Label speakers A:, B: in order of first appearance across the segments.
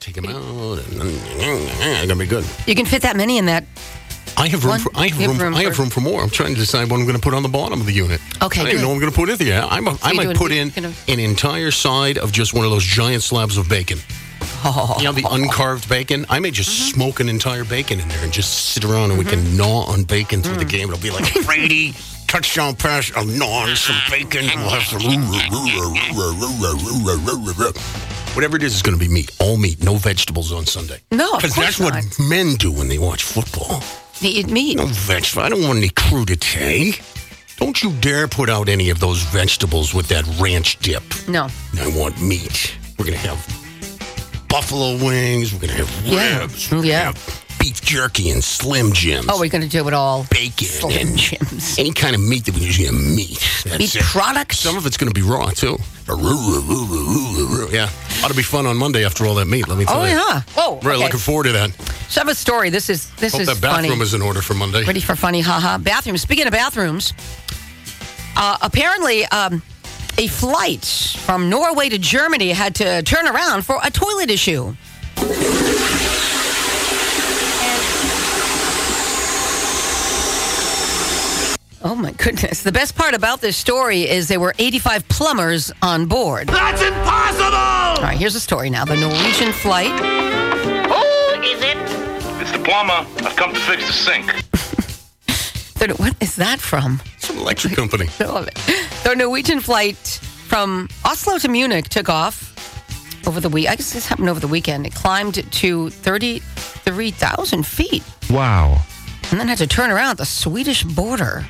A: take him out. It's gonna be good.
B: You can fit that many in that.
A: I have room.
B: One-
A: for, I have
B: you
A: room. I have room for more. I'm trying to decide what I'm going to put on the bottom of the unit.
B: Okay,
A: I don't even
B: good.
A: know what I'm going to put in there. I, might- I
B: you're
A: might
B: doing-
A: put in
B: you're gonna-
A: an entire side of just one of those giant slabs of bacon. You know the uncarved bacon. I may just
B: Mm-hmm.
A: smoke an entire bacon in there and just sit around and we can gnaw on bacon through the
B: Mm.
A: game. It'll be like Brady touchdown pass. I'll gnaw on some bacon. and We'll have some. Whatever it is, it's going to be meat. All meat, no vegetables on Sunday.
B: No, of
A: because
B: course
A: that's
B: not.
A: what men do when they watch football.
B: They eat meat.
A: No vegetable. I don't want any crudité. Don't you dare put out any of those vegetables with that ranch dip.
B: No.
A: I want meat. We're gonna have buffalo wings. We're gonna have
B: Yeah.
A: ribs. We're
B: Yeah.
A: gonna have beef jerky and Slim Jims.
B: Oh, we're going to do it all.
A: bacon
B: Slim
A: and
B: Jims.
A: any kind of meat that we use. Yeah, meat. That's
B: Meat
A: it.
B: products.
A: Some of it's gonna be raw too. Yeah, ought to be fun on Monday after all that meat. Let me tell
B: Oh
A: you.
B: yeah. Whoa.
A: Really
B: okay.
A: looking forward to that.
B: So I have a story. This is this
A: Hope
B: is
A: that bathroom
B: funny.
A: is in order for Monday.
B: Ready for funny? Haha. Bathrooms. Speaking of bathrooms, uh, apparently um, a flight from Norway to Germany had to turn around for a toilet issue. Oh my goodness. The best part about this story is there were 85 plumbers on board. All
C: That's impossible!
B: right, here's the story now. The Norwegian flight
C: Who is it?
D: It's the plumber. I've come to fix the sink.
B: Third- What is that from?
A: Some electric company.
B: I love it. The Norwegian flight from Oslo to Munich took off over the week. I guess this happened over the weekend. It climbed to 33,000 feet
E: Wow.
B: and then had to turn around at the Swedish border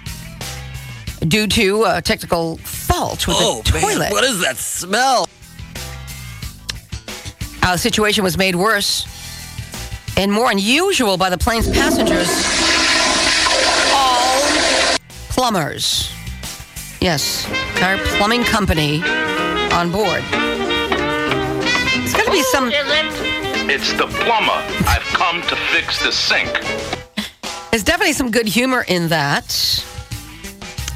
B: due to a technical fault with
A: Oh,
B: the toilet. Oh, what is that smell? Our situation was made worse and more unusual by the plane's passengers, all plumbers. Yes, our plumbing company on board. It's got to be some.
D: It's the plumber. I've come to fix the sink.
B: There's definitely some good humor in that.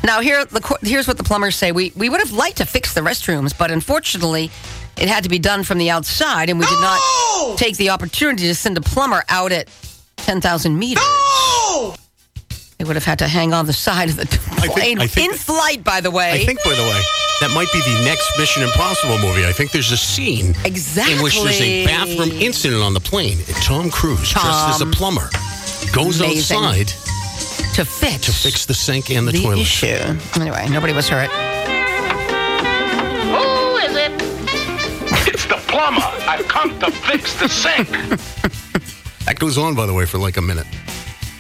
B: Now here, the, co- here's what the plumbers say: we we would have liked to fix the restrooms, but unfortunately, it had to be done from the outside, and we did not take the opportunity to send a plumber out at ten thousand meters. They would have had to hang on the side of the
A: think-
B: plane
A: I think
B: in
A: that-
B: flight. By the way,
A: I think, by the way, that might be the next Mission Impossible movie. I think there's a scene in which there's a
B: Exactly.
A: bathroom incident on the plane. And Tom Cruise, dressed as a
B: Tom.
A: plumber, goes
B: Amazing.
A: outside
B: to fix
A: to fix the sink and the,
B: the
A: toilet.
B: issue. Anyway, nobody was hurt.
C: Who is it?
D: It's the plumber. I've come to fix the sink.
A: That goes on, by the way, for like a minute.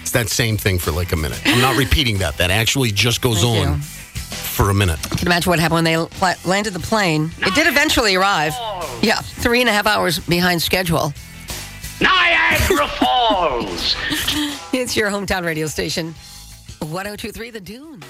A: It's that same thing for like a minute. I'm not repeating that. That actually just goes
B: Thank
A: on
B: you.
A: for a minute.
B: Can you imagine what happened when they pla- landed the plane? It did eventually arrive. Yeah, three and a half hours behind schedule.
C: Niagara Falls!
B: It's your hometown radio station, 1023 The Dune.